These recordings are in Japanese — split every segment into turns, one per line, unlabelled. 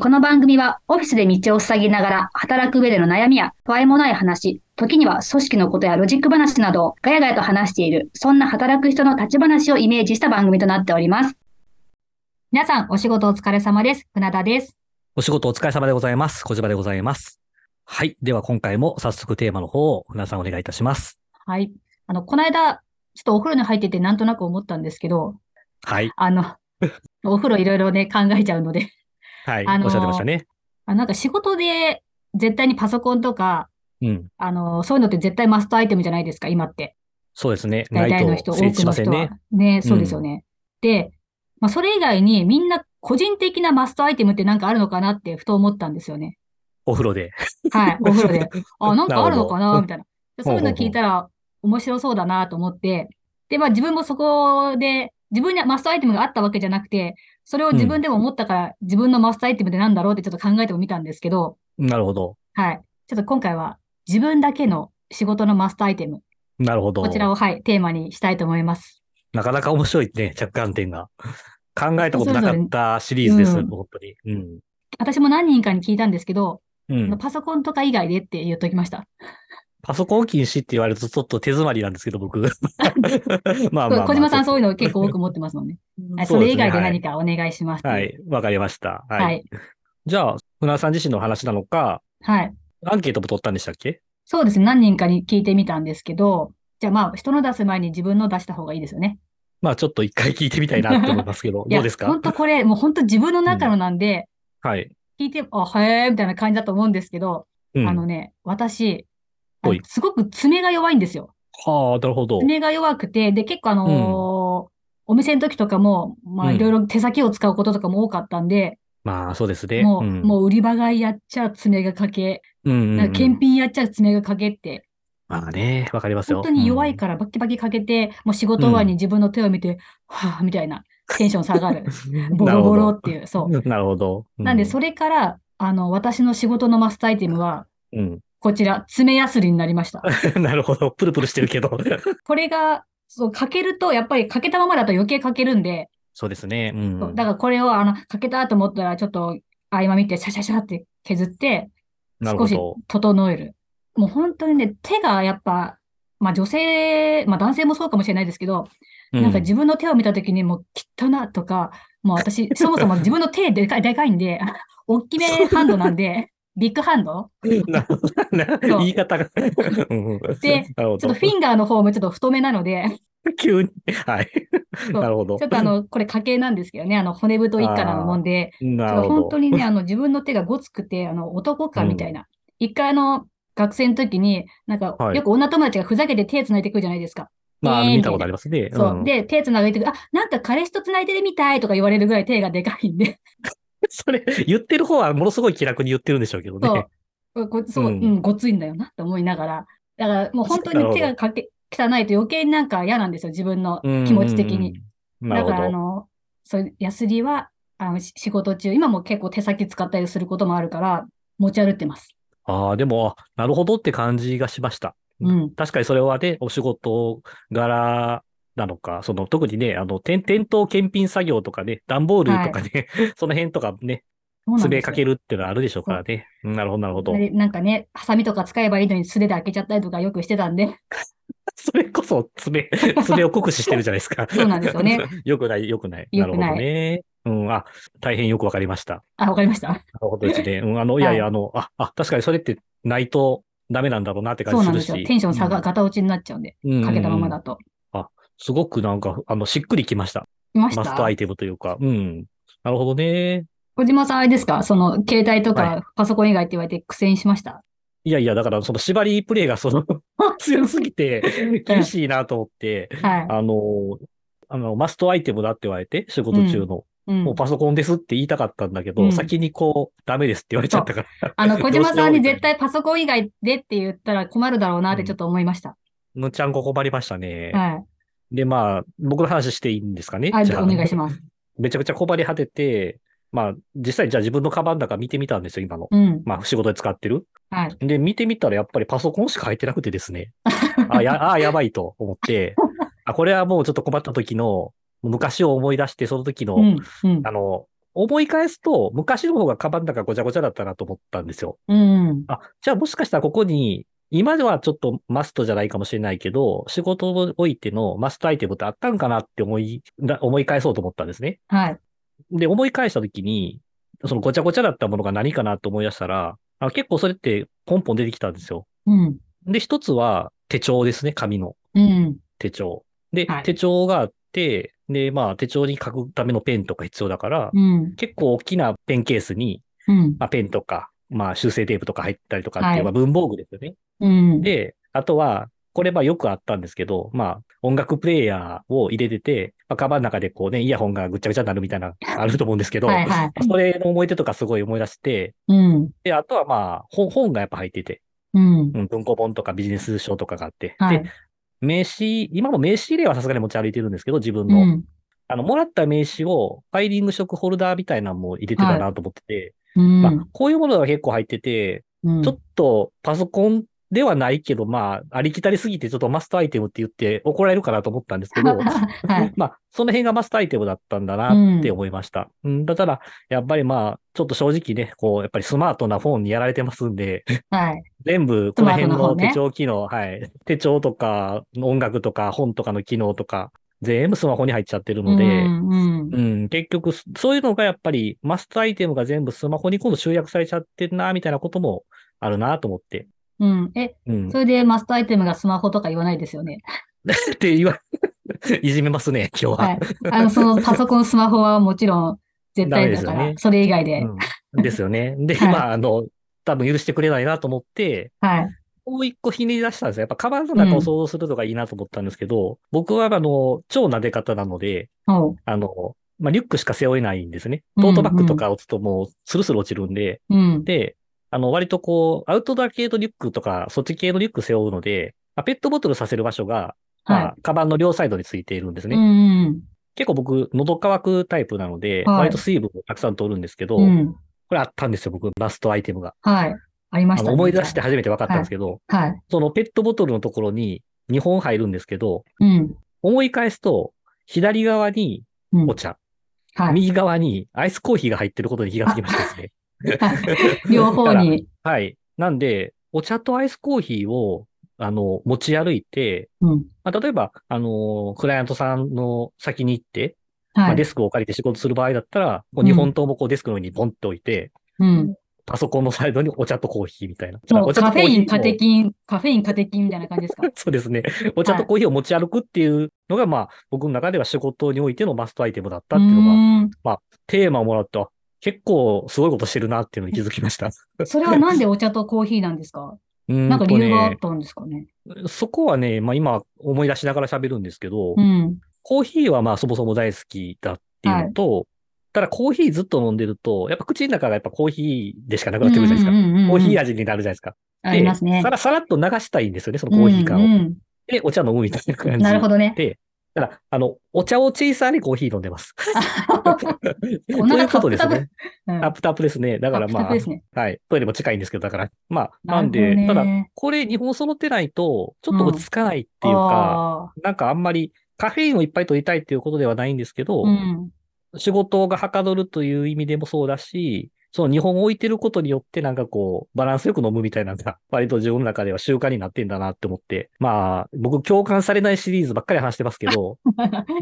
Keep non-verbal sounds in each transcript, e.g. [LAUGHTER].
この番組はオフィスで道を塞ぎながら働く上での悩みや不愛もない話、時には組織のことやロジック話などをガヤガヤと話している、そんな働く人の立ち話をイメージした番組となっております。皆さん、お仕事お疲れ様です。船田です。
お仕事お疲れ様でございます。小島でございます。はい。では今回も早速テーマの方を船田さんお願いいたします。
はい。あの、この間、ちょっとお風呂に入っててなんとなく思ったんですけど、
はい。
あ [LAUGHS] の、お風呂いろいろね、考えちゃうので、
はい。
あのー
おっしゃってましたね。
あなんか仕事で絶対にパソコンとか、
うん。
あの、そういうのって絶対マストアイテムじゃないですか、今って。
そうですね。
大体の人、
と
多
成立
く
し
の
ません
人は
ね。。
ね、そうですよね。で、まあ、それ以外にみんな個人的なマストアイテムってなんかあるのかなってふと思ったんですよ
[LAUGHS]
ね。
お風呂で。
はい、お風呂で。あ、なんかあるのか
なる
な
ほど
みたいな。でそういうの聞いたら面白そうだなと思って、で、まあ自分もそこで、自分にマストアイテムがあったわけじゃなくて、それを自分でも思ったから、自分のマストアイテムってなんだろうってちょっと考えてもみたんですけど、
なるほど。
はい。ちょっと今回は自分だけの仕事のマストアイテム、
なるほど。
こちらを、はい、テーマにしたいと思います。
なかなか面白いね、着眼点が。考えたことなかったシリーズです、
うん
本当に。うん。
私も何人かに聞いたんですけど、
うん。
パソコンとか以外でって言っときました。
パソコン禁止って言われるとちょっと手詰まりなんですけど、
[LAUGHS]
僕。まあまあまあ
小島さんそういう
の、
の結構多く持ってますもんね。はい
そ
そう
で
れ
す
以
ね
外で何かお願いしますっていう
はい。わかりました。はい。
はい。
じゃあ、船田さん自身の話なのか、
はい。
アンケートも取ったんでしたっけ
そうですね。何人かに聞いてみたんですけど、じゃあまあ、人の出す前に自分の出した方がいいですよね。
まあちょっと一回聞いてみたいなって思いますけど、
[LAUGHS] い
ど
や、
うですか
本当これ、もう本当自分の中のなんで、
はい。
聞いて、あ、へえ、みたいな感じだと思うんですけど、
うん。
あのね、私、あ
ほ
の
い
すごく爪が弱いんですよ。
はあ、なるほど。
爪が弱くて、で、結構あのーお店の時とかも、まあ、
うん
いろいろ手先を使うこととかも多かったんで、
まあそうですね。
もう、
ん、
もう売り場買いやっちゃ爪が欠け、
う、うんうんう
なん
ん
か検品やっちゃ爪が欠けって、
まあね、わかりますよ。
本当に弱
う
い
ん
からバキバキ欠けて、もう仕事終わりに自分の手を見て、はぁ、みたいなテンション下が
[LAUGHS]
る。ボロボロっていう、そう。
なるほど。
なんで、そ
れ、
れから、あの、私の仕事のマストアイテムは、
うん。 [LAUGHS]
こちら、爪やすりになりました。
なるほど。プルプルしてるけど。 [LAUGHS]
これが、そう、欠けると、やっぱり欠けたままだと余計欠けるんで、
そうですね。う。
そうんだからこれを、あの、欠けたと思ったら、ちょっと、合間見て、シャシャシャって削って、
なる
少
ほ
し
ど。
整える。もう本当にね、手がやっぱ、まあ女性、まあ男性もそうかもしれないですけど、なんか自分の手を見たときにもう汚なとか、もう [LAUGHS] 私、そもそも自分の手でかい、でかいんで、大きめハンドなん [LAUGHS] で、ビッグハンド
うんなるほどな
[LAUGHS] そう
言い方が。 [LAUGHS] うん
で、
なるほ
ちょ
ど
っとフィンガーの方もちょっと太めなので、
[LAUGHS] 急に。はい。
う
なるほど。
ちょっとあ、の、これ家系なんですけどね、あの、骨太一家なのもんで、ち
な
ょっと
るほど。
本当にね、あの、自分の手がごつくて、あの、男かみたいな。一回あの、学生の時に、なんか、
はい
よく女友達がふざけて手繋いでくるじゃないですか。
まあ、
ねえ
見たことありますね。
そう。
ん、
で、手つなげてくる、あ、なんか彼氏とつないでるみたいとか言われるぐらい手がでかい
[LAUGHS]
んで、
それ、言ってる方はものすごい気楽に言ってるんでしょうけどね。
そうここそう、う
うん
ん、ごついんだよなと思いながら。だからもう本当
なる
に
ほ
手
ど
がかけ、汚いと余計になんか嫌なんですよ、自分の気持ち的に。
うん。な
だ
るほ
から、あ
ど。
の、そういう、ヤスリは、あの、し仕事中、今も結構手先使ったりすることもあるから、持ち歩いてます。
ああ、でも、あなるほどって感じがしました。
うん。
確かにそれはね、お仕事柄なのか、その特にね、あの、点点灯検品作業とかね、段ボールとかね、 [LAUGHS] その辺とかね、
そうなん
爪
です
か
よ
けるっていうのはあるでしょうからね。うんなるほど、なるほど。
でなんかね、ハサミとか使えばいいのに素手で開けちゃったりとかよくしてたんで、
[LAUGHS]
[LAUGHS]
それこそ爪、爪を酷使してるじゃないですか。
[LAUGHS] そうなんですよね。
[LAUGHS] よくない、よくない。
良
な
く
る
ない
ほどね。うん、あ、大変よくわかりました。
あ、わかりました。
[LAUGHS] なるほどですね。うん、あの、いやいや、あの、あ、あ、確かにそれってないとダメなんだろうなって
そ
感
う
じ
なん
する
で
し。
すよ。テンション下が、
うん
ガタ落ちになっちゃうんで、
うんうんうん
かけたままだと。
すごくなんか、あの、しっくりきました。
いまし
マスト
た
アイテムというか。うん。なるほどね。
小島さん、あれですかその、携帯と
は
かパソコン以外って言われて苦戦しました。
いやいや、だから、その縛りプレイがその [LAUGHS] 強す
[LAUGHS]
ぎて、厳しいなと思って、
はい。
あの、あの、マストアイテムだって言われて、仕事中の、
うん
もうパソコンですって言いたかったんだけど、
うん
先にこう、ダメですって言われちゃったから。
あの、小
どうし
島
よう
さんに
みたい
絶
な
対パソコン以外でって言ったら困るだろうなってちょっと思いました。
むちゃんこ困りましたね。
は
で、まあ、僕の話していいんですかね
い。あ、
じゃあ
お願いします。
めちゃくちゃ困り果てて、まあ、実際じゃあ自分のカバンの中見てみたんですよ、今の。
うん。
まあ、仕事で使ってる。
はい。
で、見てみたらやっぱりパソコンしか入ってなくてです
[LAUGHS]
ね。あ、や、あ、やばいと思って、あ、これはもうちょっと困った時の、昔を思い出して、その時の、
うん。うん。
あの、思い返すと、昔の方がカバンの中ごちゃごちゃだったなと思ったんですよ。
うん。
あ、じゃあもしかしたらここに、今ではちょっとマストじゃないかもしれないけど、仕事においてのマストアイテムってあったんかなって思い、な思い返そうと思ったんですね。
はい。
で、思い返したときに、そのごちゃごちゃだったものが何かなと思い出したら、あ結構それってポンポン出てきたんですよ。
うん。
で、一つは手帳ですね、紙の
うん。
手帳。で、
はい
手帳があって、で、まあ手帳に書くためのペンとか必要だから、
うん。
結構大きなペンケースに、
うん。
まあ、ペンとか、まあ、修正テープとか入ったりとかっていう、
はい
まあ、文房具ですよね。
うん。
で、あとは、これまあよくあったんですけど、まあ音楽プレイヤーを入れてて、まあ、カバンの中でこうね、イヤホンがぐっちゃぐちゃになるみたいな、あると思うんですけど、
はいはい。
それの思い出とかすごい思い出して、
うん。
で、あとはまあ本本がやっぱ入ってて、
うん。
うん、文庫本とかビジネス書とかがあって、
はい
で、。名刺、今も名刺入れはさすがに持ち歩いてるんですけど、自
う
分の。
ん。
あの、もらった名刺をファイリング食ホルダーみたいなのも入れてたなと思ってて、
うん。
まあ、こういうものが結構入ってて、
うん
ちょっとパソコンではないけど、まあ、ありきたりすぎて、ちょっとマストアイテムって言って怒られるかなと思った
[LAUGHS]
んですけど、
はい。
まあ、その辺がマストアイテムだったんだなって思いました。うん、だから、やっぱりまあ、ちょっと正直ね、こう、やっぱりスマートなフォンにやられてますんで、 [LAUGHS]
はい。
全部、この辺
スマートな
の
方ね
手帳機能、はい、手帳とか、音楽とか、本とかの機能とか、全部スマホに入っちゃってるので、
うんうん。
うん、結局、そそういうのがやっぱりマストアイテムが全部スマホに今度集約されちゃってんな、みたいなこともあるなと思って。
うん。え、
うん、
それでマストアイテムがスマホとか言わないですよね。
って言わ、 [LAUGHS] いじめますね、今日は。
はい。あの、そのパソコン、スマホはもちろん絶対だか
ダメですよ
ら
ね、
それ以外で。
うん [LAUGHS] ですよね。で、
はい
まあ、あの、多分許してくれないなと思って、
はい。
もう一個ひねり出したんですよ。やっぱカバンの中を想像するのがいいなと思ったんですけど、僕はあの、超撫で方なので、
おう。
あの、まあ、リュックしか背負えないんですね。
うん
トートバッグとか落ちるともう、スルスル落ちるんで、
うん。
で、あの、割とこう、アウトドア系のリュックとか、そっち系のリュック背負うので、まあペットボトルさせる場所が、ま
は
あ、カバンの両サイドについているんです
い。
ね。
うん
結構僕、喉乾くタイプなので、
はい
割と水分をたくさん取るんですけど、
うん。うん。
これあったんですよ、僕、バストアイテムが。
はい。ありま
あ
し
の
たね。
思い出して。初めて分かったんですけど、
はい。
そのペットボトルのところに2本入るんですけど、
うん。
思い返すと、左側に
うん
お。茶、
はい。
右側にアイスコーヒーが入ってることに気がつきましたですね。
[LAUGHS] 両方に。
はい。なんで、お茶とアイスコーヒーを、あの、持ち歩いて、
うん。
まあ、例えば、あの、クライアントさんの先に行って、ま
は
あ、デ
い。
スクを借りて仕事する場合だったら、こ
うん
う2本ともこうデスクの上にポンって置いて、
うん。
パソコンのサイドにお茶とコーヒーみたいな。
もう
お茶
カ
と
フェ
コーヒ
イ
ー
ン、カテキン、カフェイン、カテキンみたいな感じですか
[LAUGHS] そうですね。お茶とコーヒーを持ち歩くっていうのが、まあ、僕の中では仕事においてのマストアイテムだったっていうのが、
う
テーマをもらって、あ結構すごいことしてるなっていうのに気づきました。
ーんそれはなんでお茶とコーヒーなんですか
な
なんか理由があったんですかね。
そこはね、まあ今思い出しながら喋るんですけど、
うん。
コーヒーはまあそもそも大好きだっていうのと、ただコーヒーずっと飲んでると、やっぱ口の中がやっぱコーヒーでしかなくなってくるじゃないですか。
か
コーヒー味になるじゃないですか。
ありますね
でさ。らさらっと流したいんですよね、そのコーヒー感を。
うんうん
で、お茶飲むみたいな感じ。
なるほどね。
だから、あの、お茶をチェイサーにコーヒー飲ん
[LAUGHS]
でます。
お
とい
腹
うことですね。
うん
タップタップですね。だから
タップタッ
ま
プ
あ
で、すね。
はい。トイレも近いんですけど、だから、まあ、
な
な
る
ん
ほど
で、
ね
ただ、これ日本揃ってないと、ちょっと落ち着かないっていうか、
あ
なんかあんまりカフェインをいっぱい取りたいっていうことではないんですけど、
ーうん。
仕事がはかどるという意味でもそうだし、その日本を置いてることによってなんかこう、バランスよく飲むみたいなのが、割と自分の中では習慣になってんだなって思って、まあ、僕共感されないシリーズばっかり話してますけ
[LAUGHS]
ど、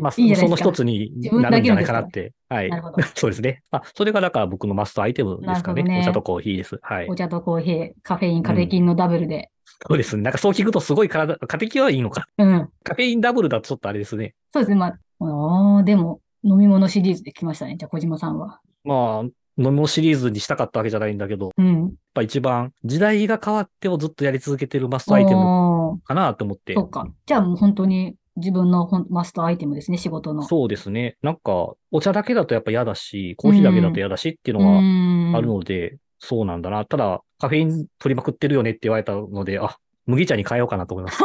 まあ、そ
いいじゃない
そ
で
の
すか
一。つに
自分
なる
だ
ん
け
じゃ
の
な
です
いか
か
な
ら
って。はい
な。るほど。
そうですね。まあ、それがだから僕のマストアイテムですか
なるほ
ね。
どね
お茶とコーヒーです。はい
お。茶とコーヒー、カフェイン、カテキンのダブルで。
そうですね。なんかそう聞くとすごい体、カテキンはいいのか。
うん。
カフェインダブルだとちょっとあれですね。
そうですね。まあ、あーでも、飲み物シリーズで来ましたね。じゃあ、小島さんは。
まあ、飲み物シリーズにしたかったわけじゃないんだけど、やっ
うん。
ぱ一番時代が変わってもずっとやり続けてるマストアイテム
おー
かなと思って
そ。っか。じゃあ、もう本当に自分のほんマストアイテムですね、仕事の。
そうですね。なんか、お茶だけだとやっぱ嫌だし、コーヒーだけだと嫌だしっていうのは
ん
あるので、そうなんだな。ただ、カフェイン取りまくってるよねって言われたので、あ、麦茶に変えようかなと思います。
[LAUGHS]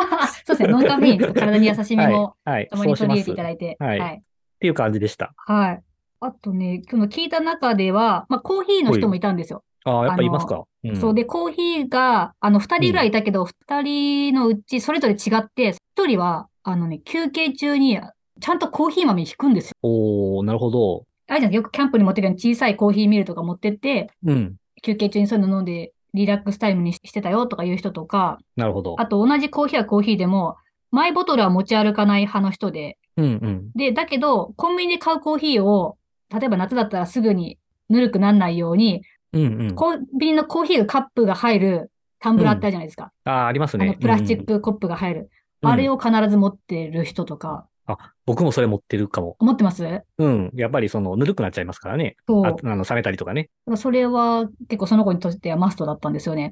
そうです
[LAUGHS]
ね。ノンカフェイン、体に優しめも、
はい。はい。
たまに
そう
取り入れ
して
いた
ます。っ
だいて。
はい
はい。
ていう感じでした。
はい。あとね、今日の聞いた中では、まあ、コーヒーの人もいたんですよ。
ああ、やっぱいますか。うん
そうで、コーヒーが、あの、二人ぐらいいたけど、二人のうちそれぞれ違って、一人は、あのね、休憩中に、ちゃんとコーヒー豆引くんですよ。
おー、なるほど。
あれじゃん、よくキャンプに持ってるように小さいコーヒーミルとか持ってって、
うん。
休憩中にそういうの飲んで、リラックスタイムにしてたよとかいう人とか、
なるほど。
あと同じコーヒーはコーヒーでも、マイボトルは持ち歩かない派の人で、
うんうん。
で、だけど、コンビニで買うコーヒーを、例えば夏だったらすぐにぬるくならないように、
うんうん。
コンビニのコーヒーがカップが入るタンブラーってあるじゃないですか。
ああ、あります
あの
ね。
プラスチ
うん
ックコップが入る。
うん
あれを必ず持ってる人とか、
あ、僕もそれ持ってるかも。
持ってます
うん。やっぱりその、ぬるくなっちゃいますからね。
そう。だ
あ
か
あの、冷めたりとかね。
らそれは結構その子にとってはマストだったんですよね。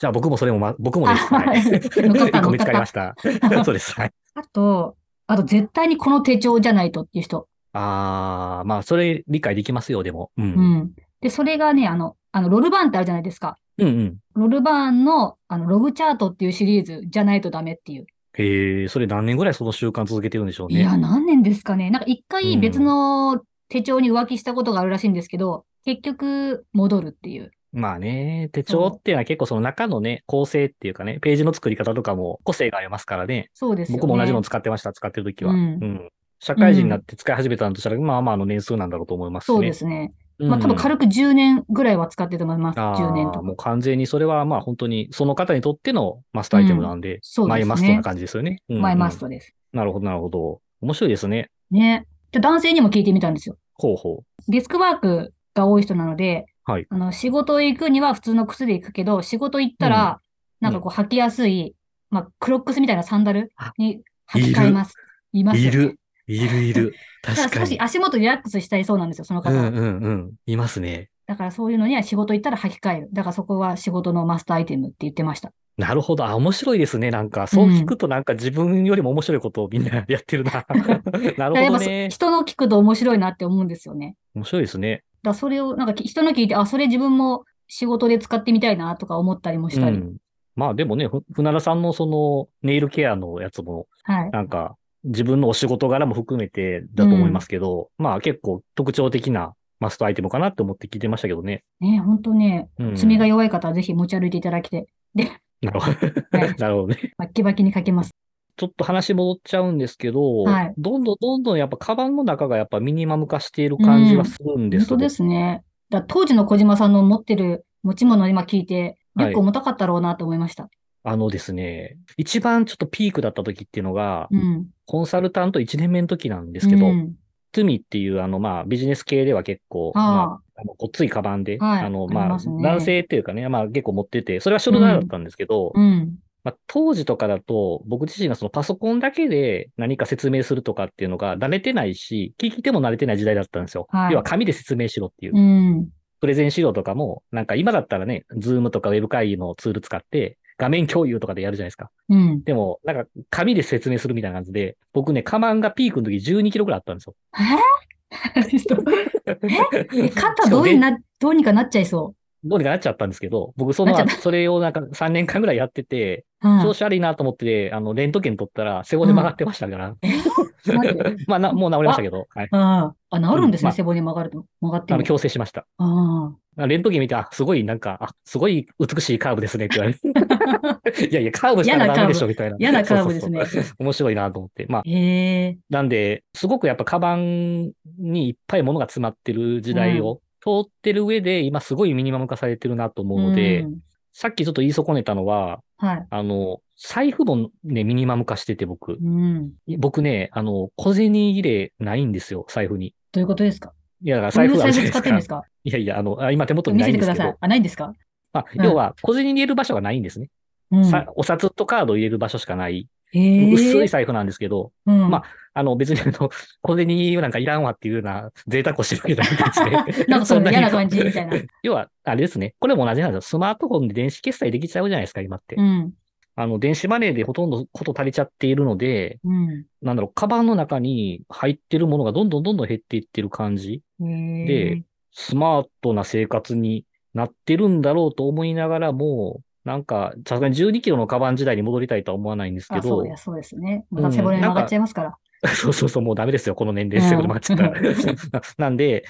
じゃあ僕もそれも、ま、僕もです。
あ
はい。
乗っかった乗っかった
[LAUGHS] 一個見つかり
[LAUGHS]
ました。そうです。はい。
あと、あと絶対にこの手帳じゃないとっていう人。
ああ、まあ、それ理解できますよ、でも。う。
うんん。で、それがね、あの、あのロルバーンってあるじゃないですか。
うんうん。
ロルバーンのあのログチャートっていうシリーズじゃないとダメっていう。
へえ、それ何年ぐらいその習慣続けてるんでしょう
い
ね。
や、何年ですかね。なんか一
う
回
ん
別の手帳に浮気したことがあるらしいんですけど、結局戻るっていう。
まあね、手帳っていうのは結構その中のね、構成っていうかね、ページの作り方とかも個性がありますからね。
そうですよね。
僕も同じの使ってました、使ってる時は。
う
うんん。社会人になって使い始めたんとしたら、まあまああの年数なんだろうと思いますしね。
そうですね。
うん。
まあ多分軽く10年ぐらいは使ってると思います。
ああ
10年と
も
か
う。完全にそれはまあ本当にその方にとってのマストアイテムなんで、
そう
マ
で
イ
す
マスト
ね
な。感じですよね。うんうん
マイマストです。
なるほど、なるほど。面白いですね。
ね。じゃあ男性にも聞いてみたんですよ。
ほうほ
デスクワークが多い人なので、
はい
あの仕事行くには普通の靴で行くけど、仕事行ったら、なんかこう履きやすい、まあクロックスみたいなサンダルに履き替えます。いま
う。
す
い
よね。
る。いる
[LAUGHS]
いる。
だから
確か
少し
に。
足元リラックスしたいそうなんですよ、その
う
方は
んうんうん。いますね。
だからそういうのには仕事行ったら履き替える。だからそこは仕事のマスターアイテムって言ってました。
なるほど。あ、面白いですね。なんか、そう聞くとなんか自分よりも面白いことをみんなやって
[LAUGHS]
るな。なる
だからや
ほ
っ
ど
ぱ
ね
そ。人の聞くと面白いなって思うんですよね。
面白いですね。
だからそれを、なんかき人の聞いて、あ、それ自分も仕事で使ってみたいなとか思ったりもし
う
たり。
ん。まあでもね、ふ船田さんのそのネイルケアのやつも、
はい。
なんか、自分のお仕事柄も含めてだと思いますけど、まあ結構特徴的なマストアイテムかなって思って聞いてましたけどね。
ね、本当ね、
うん、
爪が弱い方はぜひ持ち歩いていただきて、
なるほど。
はい
[LAUGHS] なるほどね。
バッキバキにかけます。
ちょっと話戻っちゃうんですけど、
はい
どんどんどんどんやっぱカバンの中がやっぱミニマム化している感じはするんで
本
す
当ですね。だ当時の小島さんの持ってる持ち物を今聞いて、リ
は
ュッ
い
ク重たかったろうなと思いました。
あのですね、一番ちょっとピークだった時っていうのが、
うん。
コンサルタント1年目の時なんですけど、
うん
トゥミっていうあのまあビジネス系では結構、まあ
あ
あの、ごっついカバンで、
はい
あの、
あり
まあ、
ますね
男性っていうかね、まあ結構持ってて、それはショルダーだったんですけど、
あ、うん。
まあ当時とかだと、僕自身がそのパソコンだけで何か説明するとかっていうのが慣れてないし、聞いても慣れてない時代だったんですよ。
はい
要は紙で説明しろっていう。
うん。
プレゼン資料とかも、なんか今だったらね、ズームとかウェブ会議のツール使って、画面共有とかでやるじゃないですか。
うん。
でも、なんか紙で説明するみたいな感じで、僕ね、カバンがピークの時12キロぐらいあったんですよ。 [LAUGHS]
え肩どうにな、どうにかなっちゃいそ
どうにかなっちゃったんですけど、僕そ
な
の
っちゃっ、
それをなんか3年間ぐらいやってて、
う。うん。
調子悪いなと思って、あの、レント券取ったら、背骨曲がってましたから。
待って
まあな、もう治りましたけど、はい。
ああ、あ、治るんです
うんま
ね、
あ
背骨曲がると。曲がって
あ
も
の、。矯正しました。
あ
レントゲン見て、あ、すごい、なんか、あ、すごい美しいカーブですねって言わ
[LAUGHS]
れて。いやいや、カーブしたら
嫌な
ダ
カー
メ
ブ
でしょ、みたいな。
嫌なカーブですね
そうそうそう。面白いなと思って。まあ
あ、、へえ。
なんで、すごくやっぱカバンにいっぱい物が詰まってる時代を通ってる上で、今すごいミニマム化されてるなと思うので、
うん
さっきちょっと言い損ねたのは、
はい。
あの、財布もね、ミニマム化してて
う
僕。
ん。
僕ね、あの、小銭入れないんですよ、財布に。
どういうことですか
いや、だ
ど
か
うい
ら財
う
布あ
財
るじ
布使っ
ゃないです
てるん
か
です。か
いやいや、あの、あ今手元に
見
な
せ
いん
て
で
くだ
すけ
さい
ど。、
あ、ないんですか
まあ、
うん
要は、小銭入れる場所がないんですね、
うん。
さお札とカードを入れる場所しかない、
へえ。
薄い財布なんですけど、
うん。
まあの、別に、あの、小銭なんかいらんわっていうような贅沢をしてるわけじゃないんです
[LAUGHS]
ね
なんかその
に
嫌な感じみたい
[LAUGHS]
な。
要は、あれですね。これも同じなんですよ。スマートフォンで電子決済できちゃうじゃないですか、今って。
うん。
あの、電子マネーでほとんどこと足りちゃっているので、
うん。
なんだろう、カバンの中に入ってるものがどんどんどんどん減っていってる感じ。
へ
で
え。
スマートな生活になってるんだろうと思いながらも、なんか、さすがに12キロのカバン時代に戻りたいとは思わないんですけ
あ、そ
ど
う、
[LAUGHS]
です、そうですね。また背骨
うんなん
曲
か
がっちゃいますから。 [LAUGHS]
そうそうそう、もうダメですよ、この年齢ですよ、
うん
待っちゃったらなんで、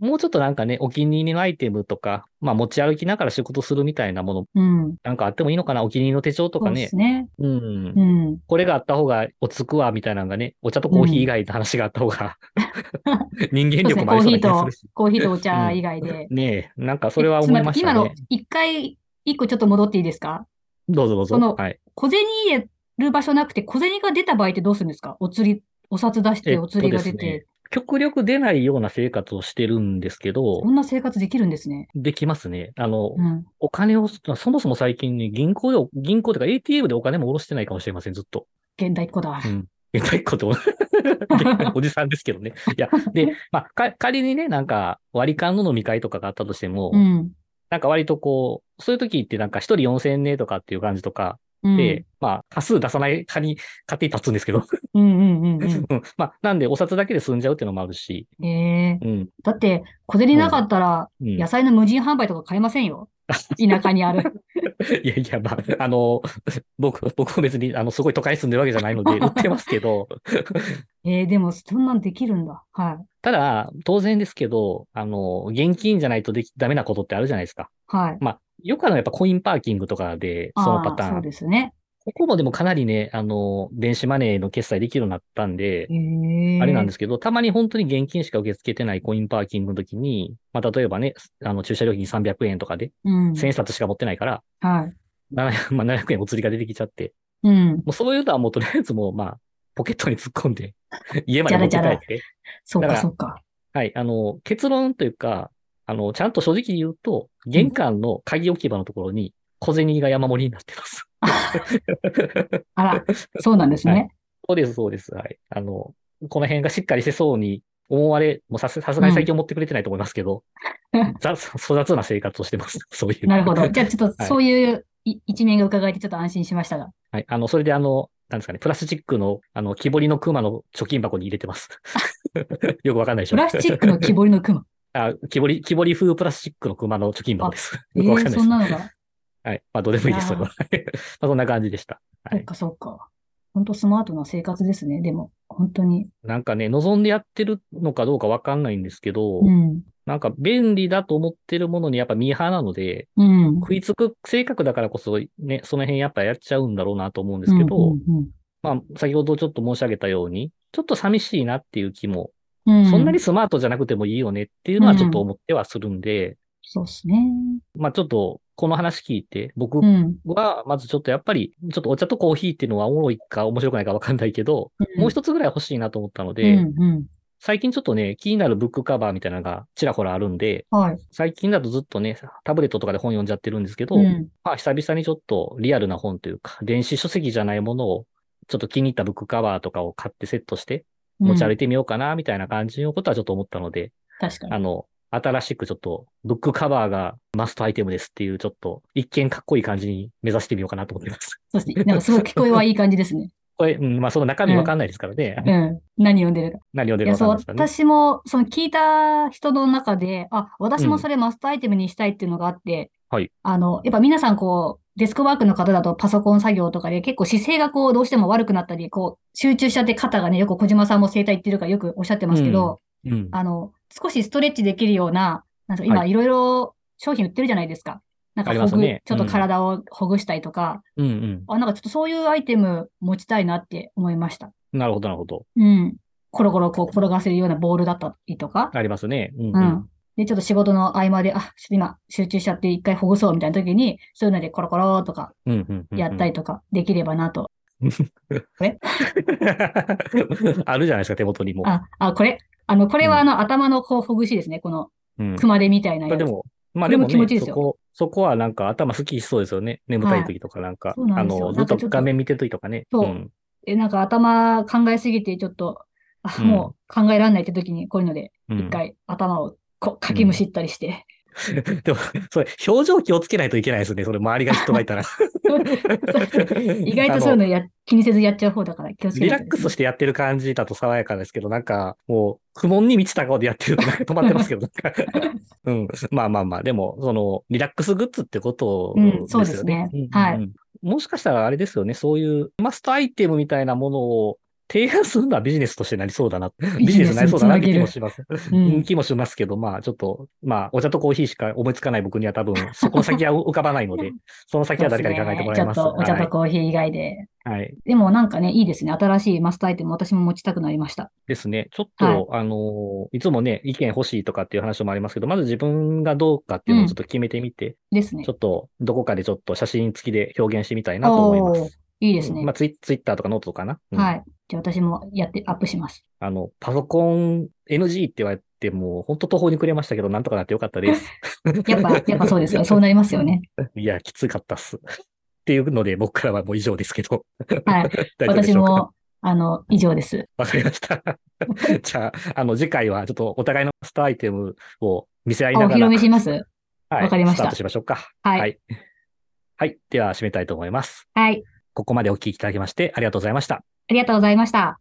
もうちょっとなんかね、お気に入りのアイテムとか、まあ持ち歩きながら仕事するみたいなもの、
うん。
なんかあってもいいのかなお気に入りの手帳と
そ
か
うで
ね。
すね。
うん
う。ん。
これがあった方が落ち着くわ、みたいなのがね、お茶とコーヒー以外の話があった方が、 [LAUGHS] 人間力もあ
そう
り
ですね
そうな気がするし。
コーヒーとお茶以外で。
ねえ、なんかそれは思いまし
え
た
ちょっと待
ね
って。今の、一回、一個ちょっと戻っていいですか
どうぞどうぞ。
その
はい。
小銭入れる場所なくて、小銭が出た場合ってどうするんですかお釣り、お札出し、
えってと
お釣りが出
ですね
て。
極力出ないような生活をしてるんですけど
こ、んな生活できるんですね。
できますね。あの、
うん。
お金を、そもそも最近ね、銀行で、銀行とか ATM でお金も下ろしてないかもしれません、ずっと。
現代っ子だ
う。ん。現代っ子と、
[LAUGHS]
おじさんですけどね。いや、で、まあ、か仮にね、なんか、割り勘の飲み会とかがあったとしても、
うん。
なんか割とこう、そういう時ってなんか一人4000円ねとかっていう感じとか
うん。
で、まあ、多数出さない派に勝手に立つんですけど、
うんうん
[LAUGHS]
うん
うんまあ、なんでお札だけで済んじゃうっていうのもあるし、
うん。ええ
うん。
だって、小銭なかったら、
うん、
野菜の無人販売とか買えませんよ。田舎にある。 [LAUGHS]
[LAUGHS] いやいや、まあ、あの、 [LAUGHS] 僕、僕も別に、あの、すごい都会に住んでるわけじゃな
[LAUGHS]
いので、売ってますけど、
ええでも、そんなんできるんだ。はい。
ただ、当然ですけど、あの、現金じゃないとでき、ダメなことってあるじゃないですか。
はい。
まあ、よくあるのはやっぱコインパーキングとかで、その
あ
パ
あ
ター
そう
ン。
ですね。
ここもでもかなりね、あの、電子マネーの決済できるようになったんで、
ええ
あれなんですけど、たまに本当に現金しか受け付けてないコインパーキングの時に、まあ、例えばね、あの、駐車料金300円とかで、
うん。
1000冊しか持ってないから、
はい。
700, まあ700円お釣りが出てきちゃって、
うん。
もうそういうのはもうとりあえずもう、まあ、ポケットに突っ込んで、 [LAUGHS] 家まで持って帰
じゃら
って、
そう
だか
か、
ら
そうか。
はい、あの、結論というか、あの、ちゃんと正直言うと、玄関の鍵置き場のところに小銭が山盛りになってます。 [LAUGHS]
あら、そうなんですね。
そうです、そうです。はい。あの、この辺がしっかりしてそうに思われ、もうさすさすがに最近思ってくれてないと思いますけ
[LAUGHS]
ど、雑、粗雑な生活をしてます。 [LAUGHS] そういう。
なるほど。じゃあ、ちょっと
はい
そういうい一面が伺えて、ちょっと安心しましたが。
はい。あの、それであの、なんですかね、プラスチックの、あの、木彫りの熊の貯金箱に入れてます。 [LAUGHS] よくわかんないでし
プ
ょ。
ラスチックの木彫りの熊。
あ、木彫り、木彫り風プラスチックの熊の貯金箱です。 [LAUGHS]
ええ
[LAUGHS] よくわかんないです。
そんなのが。
はい。まあ、どうでもいいです、それ [LAUGHS] は。まあ、そんな感じでした。は
そっ
い。
か、そっか。本当スマートな生活ですね。でも、本当に。
なんかね、望んでやってるのかどうかわかんないんですけど、
うん。
なんか便利だと思ってるものにやっぱミーハーなので、
うん。
食いつく性格だからこそね、その辺やっぱやっちゃうんだろうなと思うんですけど、
うんうん
まあ、先ほどちょっと申し上げたように、ちょっと寂しいなっていう気も、
うんう
そんなにスマートじゃなくてもいいよねっていうのはちょっと思ってはするんで、
そうですね。
まあちょっとこの話聞いて、僕
うん。
は、まずちょっとやっぱり、ちょっとお茶とコーヒーっていうのはおもろいか面白くないかわかんないけど、もう一つぐらい欲しいなと思ったの
つ
で、
うんうん。
最近ちょっとね、気になるブックカバーみたいなのがちらほらあるんで、
はい。
最近だとずっとね、タブレットとかで本読んじゃってるんですけど、
うん
まあ久々にちょっとリアルな本というか、電子書籍じゃないものを、ちょっと気に入ったブックカバーとかを買ってセットして持ち歩
う
い
ん
てみようかな、みたいな感じのことはちょっと思ったので、
確かに。
あの、新しくちょっとブックカバーがマストアイテムですっていうちょっと一見かっこいい感じに目指してみようかなと思ってます。
そうですね。なんかすごい聞こえはいい感じです
[LAUGHS]
ね。
これ、うん、まあその中身わかんないですからね。
うん。何読んでるか。
[LAUGHS] 何を出
い
る
や、
か
そう、
わかんないです
私も、その聞いた人の中で、あ、私もそれマストアイテムにしたいっていうのがあって、
はい
あの、やっぱ皆さんこう、デスクワークの方だとパソコン作業とかで結構姿勢がこう、どうしても悪くなったり、こう、集中しちゃって肩がね、よく小島さんも整体行ってるからよくおっしゃってますけど、
からね。うん。
あの、少しストレッチできるような、なんか今
はい
いろいろ商品売ってるじゃないですか。なんか
あり
ほ
ます
ぐ、
ね
ちょっと
うん
体をほぐしたりとか、
うんうん。
あ、なんかちょっとそういうアイテム持ちたいなって思いました。
なるほど、なるほど。
うん。コロコロこう転がせるようなボールだったりとか。
ありますね。うん、う
うんん。。で、ちょっと仕事の合間で、あ、ちょっと今集中しちゃって一回ほぐそうみたいな時に、そういうのでコロコロとか
うんうんうんうん
やったりとかできればなと。
[LAUGHS] あるじゃないですか、手元にも。
あ、あ、これ、あの、これはあの頭のこうほぐしですね。この
うん。
熊手みたいな
ま
や
あで
つ。
も、ま
こ
あで
れも
も
気持ちい
ね、
いです
そ
よ
こ、そこはなんか頭すっきりしそうですよね。眠たい時とかなんか
はいそう、な
あ
んですよ
の、ず
な
っ
んか
と
ちょっと
画面見てる時とかね。
そうんえ、なんか頭考えすぎてちょっと、あ、
うん
もう考えられないって時にこういうので
うん
一回頭をこかきむしったりして。
でも、 [LAUGHS] それ、表情気をつけないといけないですね。それ、周りが人が
[LAUGHS]
いたら。
意外とそういうのや気にせずやっちゃう方だから気をつけ
リ
な
ラ
いとで
ック
すね
スしてやってる感じだと爽やかですけど、なんか、もう、苦悶に満ちた顔でやってると、なんか止まってますけど、なんか。
[LAUGHS]
うん。まあまあまあ、でも、その、リラックスグッズってこと
うんそう
で
ですす
よね
ね。
うんうんうん
はい
もしかしたらあれですよね、そういうマストアイテムみたいなものを提案するのはビジネスとしてなりそうだな。ビジネスになりそうだなって気もします。
う
うん
ん。
気もしますけど、まあちょっと、まあお茶とコーヒーしか思いつかない僕には多分、そこの先は浮かばない
[LAUGHS]
ので、その先は誰かに考えてもらいます。
そうですねちょっとお茶
は
とコーヒー以外で。
い。はい。
でもなんかね、いいですね。新しいマスターアイテム、私も持ちたくなりました。
ですね。ちょっと、
はい
あのー、いつもね、意見欲しいとかっていう話もありますけど、まず自分がどうかっていうのをちょっと決めてみて、
ですね
ちょ。っと、どこかでちょっと写真付きで表現してみたいなと思います。
おーいいですね
ま。あツイ、ツイッターとかノートとかな。うん
はい。じゃあ私もやってアップします。
あの、パソコン NG って言われて、もう本当途方に暮れましたけど、なんとかなってよかっ
[LAUGHS]
たです。
やっぱ、やっぱそうですよ。
[LAUGHS]
そうなりますよね。
いや、きつかったっす。っていうので、僕からはもう以上ですけ
[LAUGHS]
ど。
はい。
大丈夫で
私
しょうか。
も、あの、以上です。
わかりました。
[LAUGHS]
じゃあ、あの、次回はちょっとお互いのマスターアイテムを見せ合い
あお
なが
披
ら、
露目します。
はい
わかりました
スタートしましょうか。
はい。
はいはい。では、締めたいと思います。
はい。
ここまでお聞きいただきまして、ありがとうございました。
ありがとうございました。